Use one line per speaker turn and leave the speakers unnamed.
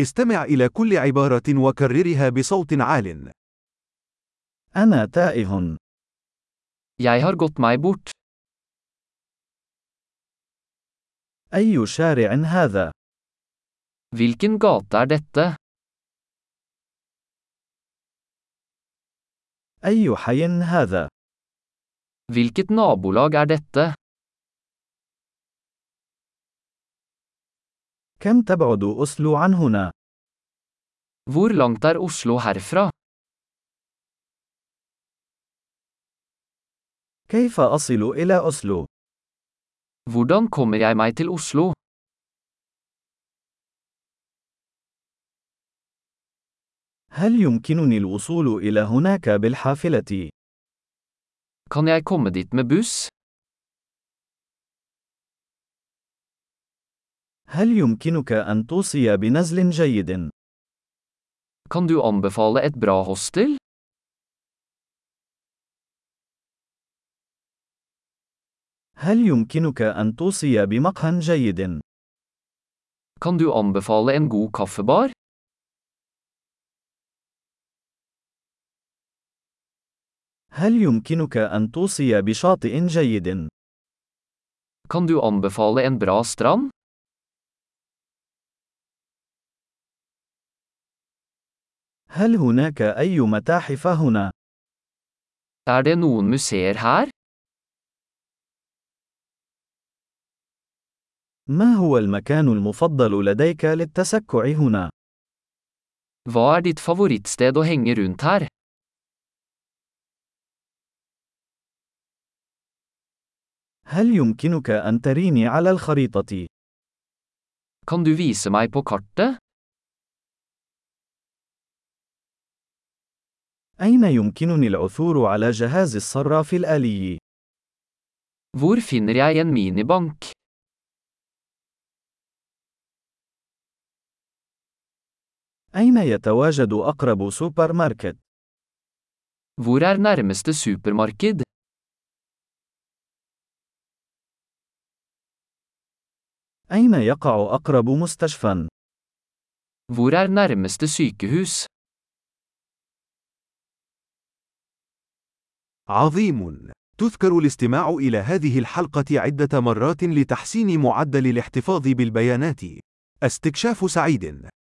استمع إلى كل عبارة وكررها بصوت عال.
أنا تائه.
Jeg har gått meg bort.
أي شارع هذا؟
Hvilken gate er dette?
أي حي هذا؟
Hvilket nabolag er dette?
كم تبعد أوسلو عن هنا؟
Hvor langt er Oslo herfra?
كيف أصل إلى أوسلو؟
Hvordan kommer jeg meg til Oslo?
هل يمكنني الوصول إلى هناك بالحافلة؟
Kan jeg komme dit med buss?
هل يمكنك أن توصي بنزل جيد؟
Kan du anbefale et bra hostel?
هل يمكنك أن توصي بمقهى جيد؟
Kan du anbefale en god kaffebar?
هل يمكنك أن توصي بشاطئ جيد؟
Kan du anbefale en bra strand?
هل هناك أي متاحف هنا؟
Er det noen museer her?
ما هو المكان المفضل لديك للتسكع هنا؟
Hva er ditt favorittsted å henge rundt her?
هل يمكنك أن تريني على الخريطة؟
Kan du vise meg på kartet?
أين يمكنني العثور على جهاز الصراف الآلي؟
Hvor finner jeg en minibank?
أين يتواجد أقرب سوبر ماركت؟
Hvor er nærmeste supermarked?
أين يقع أقرب مستشفى؟
Hvor er nærmeste sykehus?
عظيم! تذكر الاستماع إلى هذه الحلقة عدة مرات لتحسين معدل الاحتفاظ بالبيانات. استكشاف سعيد!